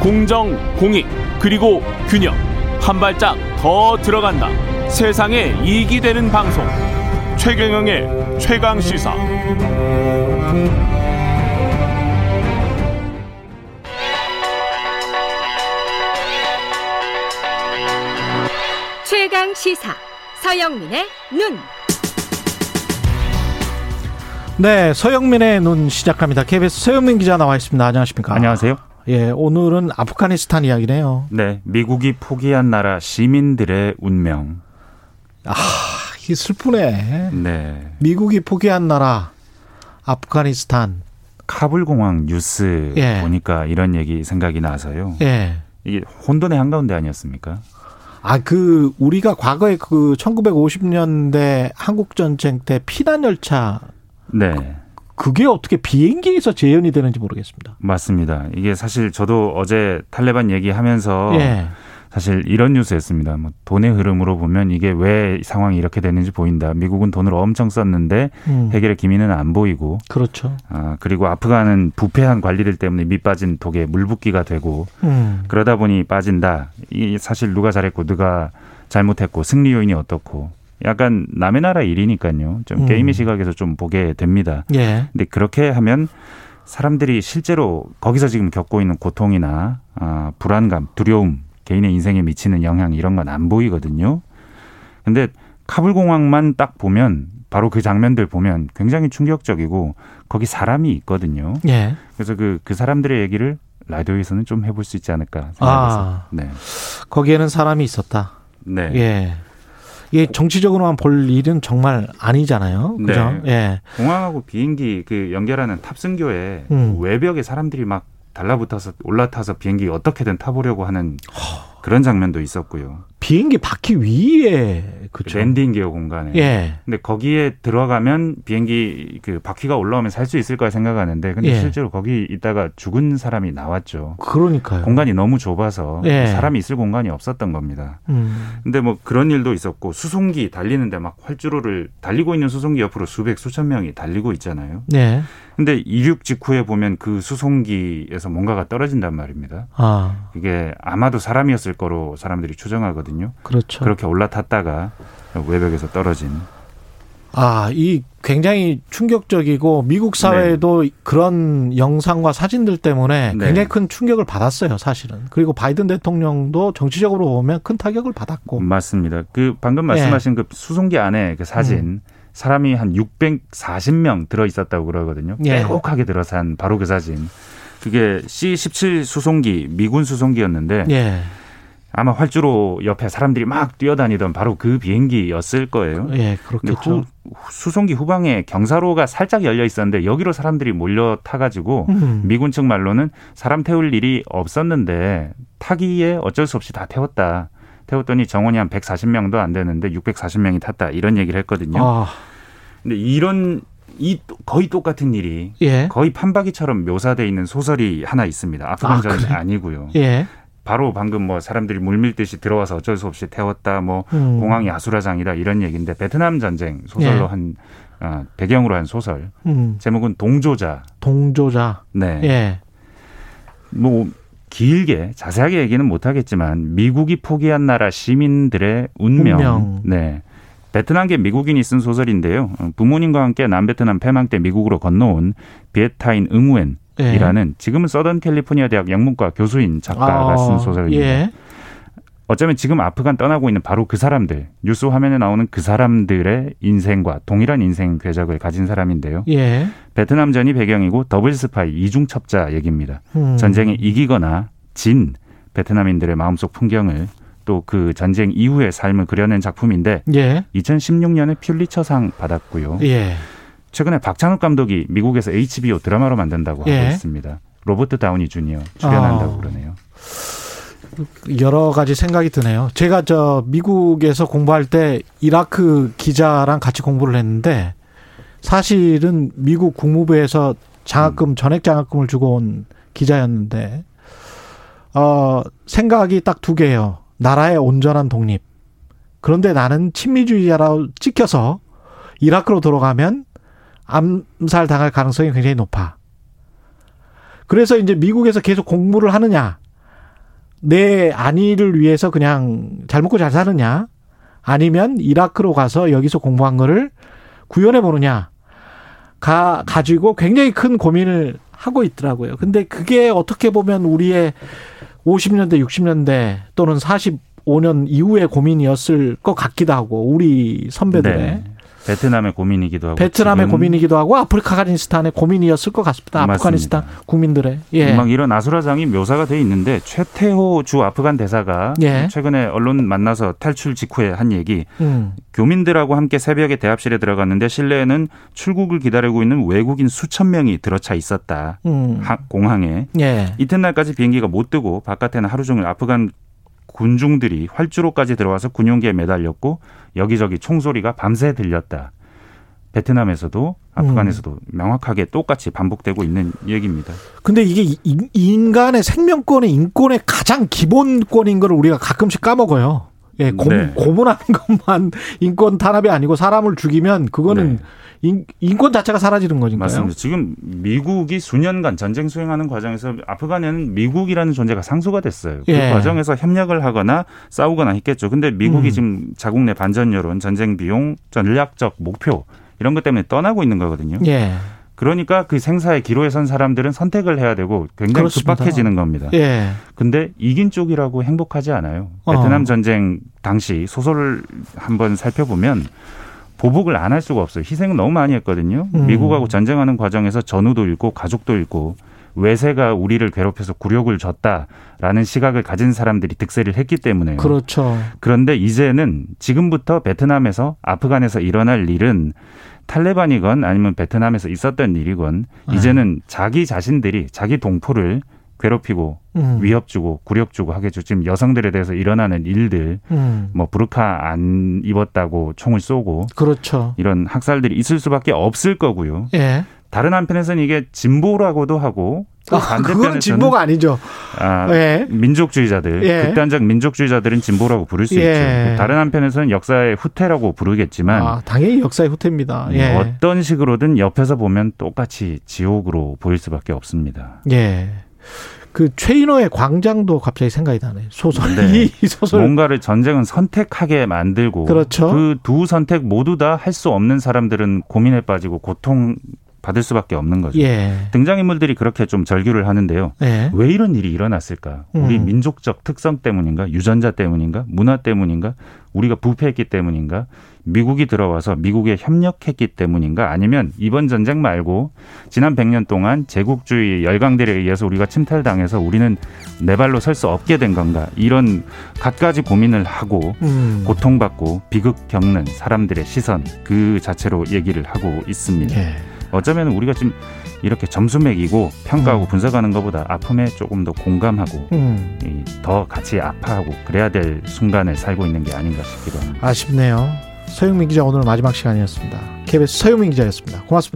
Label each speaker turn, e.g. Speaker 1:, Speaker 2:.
Speaker 1: 공정, 공익, 그리고 균형. 한 발짝 더 들어간다. 세상에 이익이 되는 방송. 최경영의 최강 시사.
Speaker 2: 최강 시사 서영민의 눈.
Speaker 3: 네, 서영민의 눈 시작합니다. KBS 서영민 기자 나와 있습니다. 안녕하십니까?
Speaker 4: 안녕하세요.
Speaker 3: 예, 오늘은 아프가니스탄 이야기네요.
Speaker 4: 네, 미국이 포기한 나라 시민들의 운명.
Speaker 3: 아, 이 슬프네.
Speaker 4: 네,
Speaker 3: 미국이 포기한 나라 아프가니스탄.
Speaker 4: 카불 공항 뉴스
Speaker 3: 예.
Speaker 4: 보니까 이런 얘기 생각이 나서요.
Speaker 3: 예.
Speaker 4: 이게 혼돈의 한가운데 아니었습니까?
Speaker 3: 아, 그 우리가 과거에 그 1950년대 한국 전쟁 때 피난 열차
Speaker 4: 네,
Speaker 3: 그게 어떻게 비행기에서 재현이 되는지 모르겠습니다.
Speaker 4: 맞습니다. 이게 사실 저도 어제 탈레반 얘기하면서
Speaker 3: 예.
Speaker 4: 사실 이런 뉴스였습니다. 뭐 돈의 흐름으로 보면 이게 왜 상황이 이렇게 됐는지 보인다. 미국은 돈을 엄청 썼는데
Speaker 3: 음,
Speaker 4: 해결의 기미는 안 보이고,
Speaker 3: 그렇죠.
Speaker 4: 아 그리고 아프간은 부패한 관리들 때문에 밑 빠진 독에 물붓기가 되고
Speaker 3: 음.
Speaker 4: 그러다 보니 빠진다. 이 사실 누가 잘했고 누가 잘못했고 승리 요인이 어떻고 약간 남의 나라 일이니까요. 좀
Speaker 3: 음.
Speaker 4: 게임의 시각에서 좀 보게 됩니다.
Speaker 3: 예.
Speaker 4: 근데 그렇게 하면 사람들이 실제로 거기서 지금 겪고 있는 고통이나 아, 불안감, 두려움, 개인의 인생에 미치는 영향 이런 건 안 보이거든요. 근데 카불 공항만 딱 보면 바로 그 장면들 보면 굉장히 충격적이고 거기 사람이 있거든요.
Speaker 3: 예.
Speaker 4: 그래서 그, 그 사람들의 얘기를 라디오에서는 좀 해볼 수 있지 않을까 생각해서.
Speaker 3: 아,
Speaker 4: 네.
Speaker 3: 거기에는 사람이 있었다.
Speaker 4: 네.
Speaker 3: 예. 이게 정치적으로만 볼 일은 정말 아니잖아요. 그죠?
Speaker 4: 네.
Speaker 3: 예.
Speaker 4: 공항하고 비행기 그 연결하는 탑승교에
Speaker 3: 음.
Speaker 4: 외벽에 사람들이 막 달라붙어서 올라타서 비행기 어떻게든 타보려고 하는 그런 장면도 있었고요.
Speaker 3: 비행기 바퀴 위에 그죠?
Speaker 4: 랜딩 기어 공간에.
Speaker 3: 예.
Speaker 4: 근데 거기에 들어가면 비행기 그 바퀴가 올라오면 살 수 있을까 생각하는데 근데
Speaker 3: 예.
Speaker 4: 실제로 거기 있다가 죽은 사람이 나왔죠.
Speaker 3: 그러니까요.
Speaker 4: 공간이 너무 좁아서
Speaker 3: 예.
Speaker 4: 사람이 있을 공간이 없었던 겁니다.
Speaker 3: 음.
Speaker 4: 근데 뭐 그런 일도 있었고 수송기 달리는데 막 활주로를 달리고 있는 수송기 옆으로 수백 수천 명이 달리고 있잖아요.
Speaker 3: 네.
Speaker 4: 근데 이륙 직후에 보면 그 수송기에서 뭔가가 떨어진단 말입니다.
Speaker 3: 아,
Speaker 4: 이게 아마도 사람이었을 거로 사람들이 추정하거든요.
Speaker 3: 그렇죠.
Speaker 4: 그렇게 올라탔다가 외벽에서 떨어진.
Speaker 3: 아, 이 굉장히 충격적이고 미국 사회도 그런 영상과 사진들 때문에
Speaker 4: 네.
Speaker 3: 굉장히 큰 충격을 받았어요, 사실은. 그리고 바이든 대통령도 정치적으로 보면 큰 타격을 받았고.
Speaker 4: 맞습니다. 그 방금 말씀하신 그 수송기 안에 그 사진 사람이 한 640명 들어 있었다고 그러거든요.
Speaker 3: 예.
Speaker 4: 빼곡하게 들어선 바로 그 사진. 그게 C-17 수송기 미군 수송기였는데
Speaker 3: 예.
Speaker 4: 아마 활주로 옆에 사람들이 막 뛰어다니던 바로 그 비행기였을 거예요.
Speaker 3: 예,
Speaker 4: 근데 후,
Speaker 3: 그렇겠죠.
Speaker 4: 후- 수송기 후방에 경사로가 살짝 열려 있었는데 여기로 사람들이 몰려 타가지고
Speaker 3: 음.
Speaker 4: 미군 측 말로는 사람 태울 일이 없었는데 타기에 어쩔 수 없이 다 태웠다. 태웠더니 정원이 한 140명도 안 되는데 640명이 탔다. 이런 얘기를 했거든요.
Speaker 3: 아,
Speaker 4: 근데 이런 이 또- 거의 똑같은 일이
Speaker 3: 예.
Speaker 4: 거의 판박이처럼 묘사돼 있는 소설이 하나 있습니다. 아프간전이
Speaker 3: 그래요?
Speaker 4: 아니고요.
Speaker 3: 예.
Speaker 4: 바로 방금 뭐 사람들이 물밀듯이 들어와서 어쩔 수 없이 태웠다 뭐
Speaker 3: 음.
Speaker 4: 공항이 아수라장이다 이런 얘기인데 베트남 전쟁 소설로
Speaker 3: 예.
Speaker 4: 한 아, 배경으로 한 소설
Speaker 3: 음.
Speaker 4: 제목은 동조자
Speaker 3: 동조자.
Speaker 4: 네뭐 뭐
Speaker 3: 예.
Speaker 4: 길게 자세하게 얘기는 못하겠지만 미국이 포기한 나라 시민들의 운명,
Speaker 3: 운명.
Speaker 4: 네 베트남계 미국인이 쓴 소설인데요 어, 부모님과 함께 남베트남 패망 때 미국으로 건너온 비에타인 응우엔이라는
Speaker 3: 예.
Speaker 4: 지금은 서던 캘리포니아 대학 영문과 교수인 작가가
Speaker 3: 아,
Speaker 4: 쓴 소설입니다.
Speaker 3: 예.
Speaker 4: 어쩌면 지금 아프간 떠나고 있는 바로 그 사람들, 뉴스 화면에 나오는 그 사람들의 인생과 동일한 인생 궤적을 가진 사람인데요.
Speaker 3: 예.
Speaker 4: 베트남전이 배경이고 더블 스파이 이중 첩자 얘기입니다.
Speaker 3: 음.
Speaker 4: 전쟁에 이기거나 진 베트남인들의 마음속 풍경을 또 그 전쟁 이후의 삶을 그려낸 작품인데
Speaker 3: 예.
Speaker 4: 2016년에 퓰리처상 받았고요.
Speaker 3: 예.
Speaker 4: 최근에 박찬욱 감독이 미국에서 HBO 드라마로 만든다고
Speaker 3: 예.
Speaker 4: 하고 있습니다. 로버트 다우니 주니어 출연한다고
Speaker 3: 아.
Speaker 4: 그러네요.
Speaker 3: 여러 가지 생각이 드네요. 제가 저 미국에서 공부할 때 이라크 기자랑 같이 공부를 했는데 사실은 미국 국무부에서
Speaker 4: 음.
Speaker 3: 장학금 전액 장학금을 주고 온 기자였는데 어 생각이 딱 두 개예요. 나라의 온전한 독립. 그런데 나는 친미주의자라고 찍혀서 이라크로 돌아가면 암살 당할 가능성이 굉장히 높아. 그래서 이제 미국에서 계속 공부를 하느냐 내 안위를 위해서 그냥 잘 먹고 잘 사느냐 아니면 이라크로 가서 여기서 공부한 거를 구현해 보느냐 가 가지고 굉장히 큰 고민을 하고 있더라고요. 근데 그게 어떻게 보면 우리의 50년대, 60년대 또는 45년 이후의 고민이었을 것 같기도 하고 우리 선배들의
Speaker 4: 네. 베트남의 고민이기도 하고
Speaker 3: 베트남의
Speaker 4: 지금은
Speaker 3: 고민이기도 하고 아프리카니스탄의 고민이었을 것 같습니다.
Speaker 4: 맞습니다.
Speaker 3: 아프가니스탄 국민들의 예.
Speaker 4: 막 이런 아수라장이 묘사가 돼 있는데 최태호 주 아프간 대사가
Speaker 3: 예.
Speaker 4: 최근에 언론 만나서 탈출 직후에 한 얘기
Speaker 3: 음.
Speaker 4: 교민들하고 함께 새벽에 대합실에 들어갔는데 실내에는 출국을 기다리고 있는 외국인 수천 명이 들어차 있었다.
Speaker 3: 음.
Speaker 4: 하- 공항에
Speaker 3: 예.
Speaker 4: 이튿날까지 비행기가 못 뜨고 바깥에는 하루 종일 아프간 군중들이 활주로까지 들어와서 군용기에 매달렸고 여기저기 총소리가 밤새 들렸다. 베트남에서도 아프간에서도
Speaker 3: 음.
Speaker 4: 명확하게 똑같이 반복되고 있는 얘기입니다.
Speaker 3: 근데 이게 이- 이- 인간의 생명권의 인권의 가장 기본권인 걸 우리가 가끔씩 까먹어요. 예, 고,
Speaker 4: 네.
Speaker 3: 고문하는 것만 인권 탄압이 아니고 사람을 죽이면 그거는
Speaker 4: 네.
Speaker 3: 인, 인권 자체가 사라지는 거니까요.
Speaker 4: 맞습니다. 지금 미국이 수년간 전쟁 수행하는 과정에서 아프간에는 미국이라는 존재가 상소가 됐어요. 그
Speaker 3: 예.
Speaker 4: 과정에서 협력을 하거나 싸우거나 했겠죠. 근데 미국이
Speaker 3: 음.
Speaker 4: 지금 자국 내 반전 여론, 전쟁 비용, 전략적 목표 이런 것 때문에 떠나고 있는 거거든요.
Speaker 3: 예.
Speaker 4: 그러니까 그 생사의 기로에 선 사람들은 선택을 해야 되고 굉장히
Speaker 3: 그렇습니다.
Speaker 4: 급박해지는 겁니다.
Speaker 3: 예.
Speaker 4: 근데 이긴 쪽이라고 행복하지 않아요.
Speaker 3: 어.
Speaker 4: 베트남 전쟁 당시 소설을 한번 살펴보면 보복을 안 할 수가 없어요. 희생은 너무 많이 했거든요.
Speaker 3: 음.
Speaker 4: 미국하고 전쟁하는 과정에서 전우도 잃고 가족도 잃고 외세가 우리를 괴롭혀서 굴욕을 줬다라는 시각을 가진 사람들이 득세를 했기 때문에요.
Speaker 3: 그렇죠.
Speaker 4: 그런데 이제는 지금부터 베트남에서 아프간에서 일어날 일은 탈레반이건 아니면 베트남에서 있었던 일이건
Speaker 3: 네.
Speaker 4: 이제는 자기 자신들이 자기 동포를 괴롭히고
Speaker 3: 음.
Speaker 4: 위협 주고 굴욕 주고 하게 죠 지금 여성들에 대해서 일어나는 일들
Speaker 3: 음.
Speaker 4: 뭐 부르카 안 입었다고 총을 쏘고
Speaker 3: 그렇죠.
Speaker 4: 이런 학살들이 있을 수밖에 없을 거고요.
Speaker 3: 예.
Speaker 4: 다른 한편에서는 이게 진보라고도 하고 또
Speaker 3: 아, 그거는
Speaker 4: 반대편에서는
Speaker 3: 진보가 아니죠.
Speaker 4: 아,
Speaker 3: 예.
Speaker 4: 민족주의자들
Speaker 3: 예.
Speaker 4: 극단적 민족주의자들은 진보라고 부를 수
Speaker 3: 예.
Speaker 4: 있죠. 다른 한편에서는 역사의 후퇴라고 부르겠지만
Speaker 3: 아, 당연히 역사의 후퇴입니다. 예.
Speaker 4: 음, 어떤 식으로든 옆에서 보면 똑같이 지옥으로 보일 수밖에 없습니다.
Speaker 3: 예. 그 최인호의 광장도 갑자기 생각이 나네. 소설.
Speaker 4: 네.
Speaker 3: 이 소설.
Speaker 4: 뭔가를 전쟁은 선택하게 만들고
Speaker 3: 그렇죠.
Speaker 4: 그 두 선택 모두 다 할 수 없는 사람들은 고민에 빠지고 고통 받을 수밖에 없는 거죠.
Speaker 3: 예.
Speaker 4: 등장인물들이 그렇게 좀 절규를 하는데요.
Speaker 3: 예.
Speaker 4: 왜 이런 일이 일어났을까? 우리
Speaker 3: 음.
Speaker 4: 민족적 특성 때문인가? 유전자 때문인가? 문화 때문인가? 우리가 부패했기 때문인가? 미국이 들어와서 미국에 협력했기 때문인가? 아니면 이번 전쟁 말고 지난 100년 동안 제국주의 열강들에 의해서 우리가 침탈당해서 우리는 내 발로 설 수 없게 된 건가? 이런 갖가지 고민을 하고
Speaker 3: 음.
Speaker 4: 고통받고 비극 겪는 사람들의 시선 그 자체로 얘기를 하고 있습니다.
Speaker 3: 예.
Speaker 4: 어쩌면 우리가 지금 이렇게 점수 매기고 평가하고 분석하는 것보다 아픔에 조금 더 공감하고
Speaker 3: 음.
Speaker 4: 이더 같이 아파하고 그래야 될 순간을 살고 있는 게 아닌가 싶기도 합니다.
Speaker 3: 아쉽네요. 서영민 기자 오늘 마지막 시간이었습니다. KBS 서영민 기자였습니다. 고맙습니다.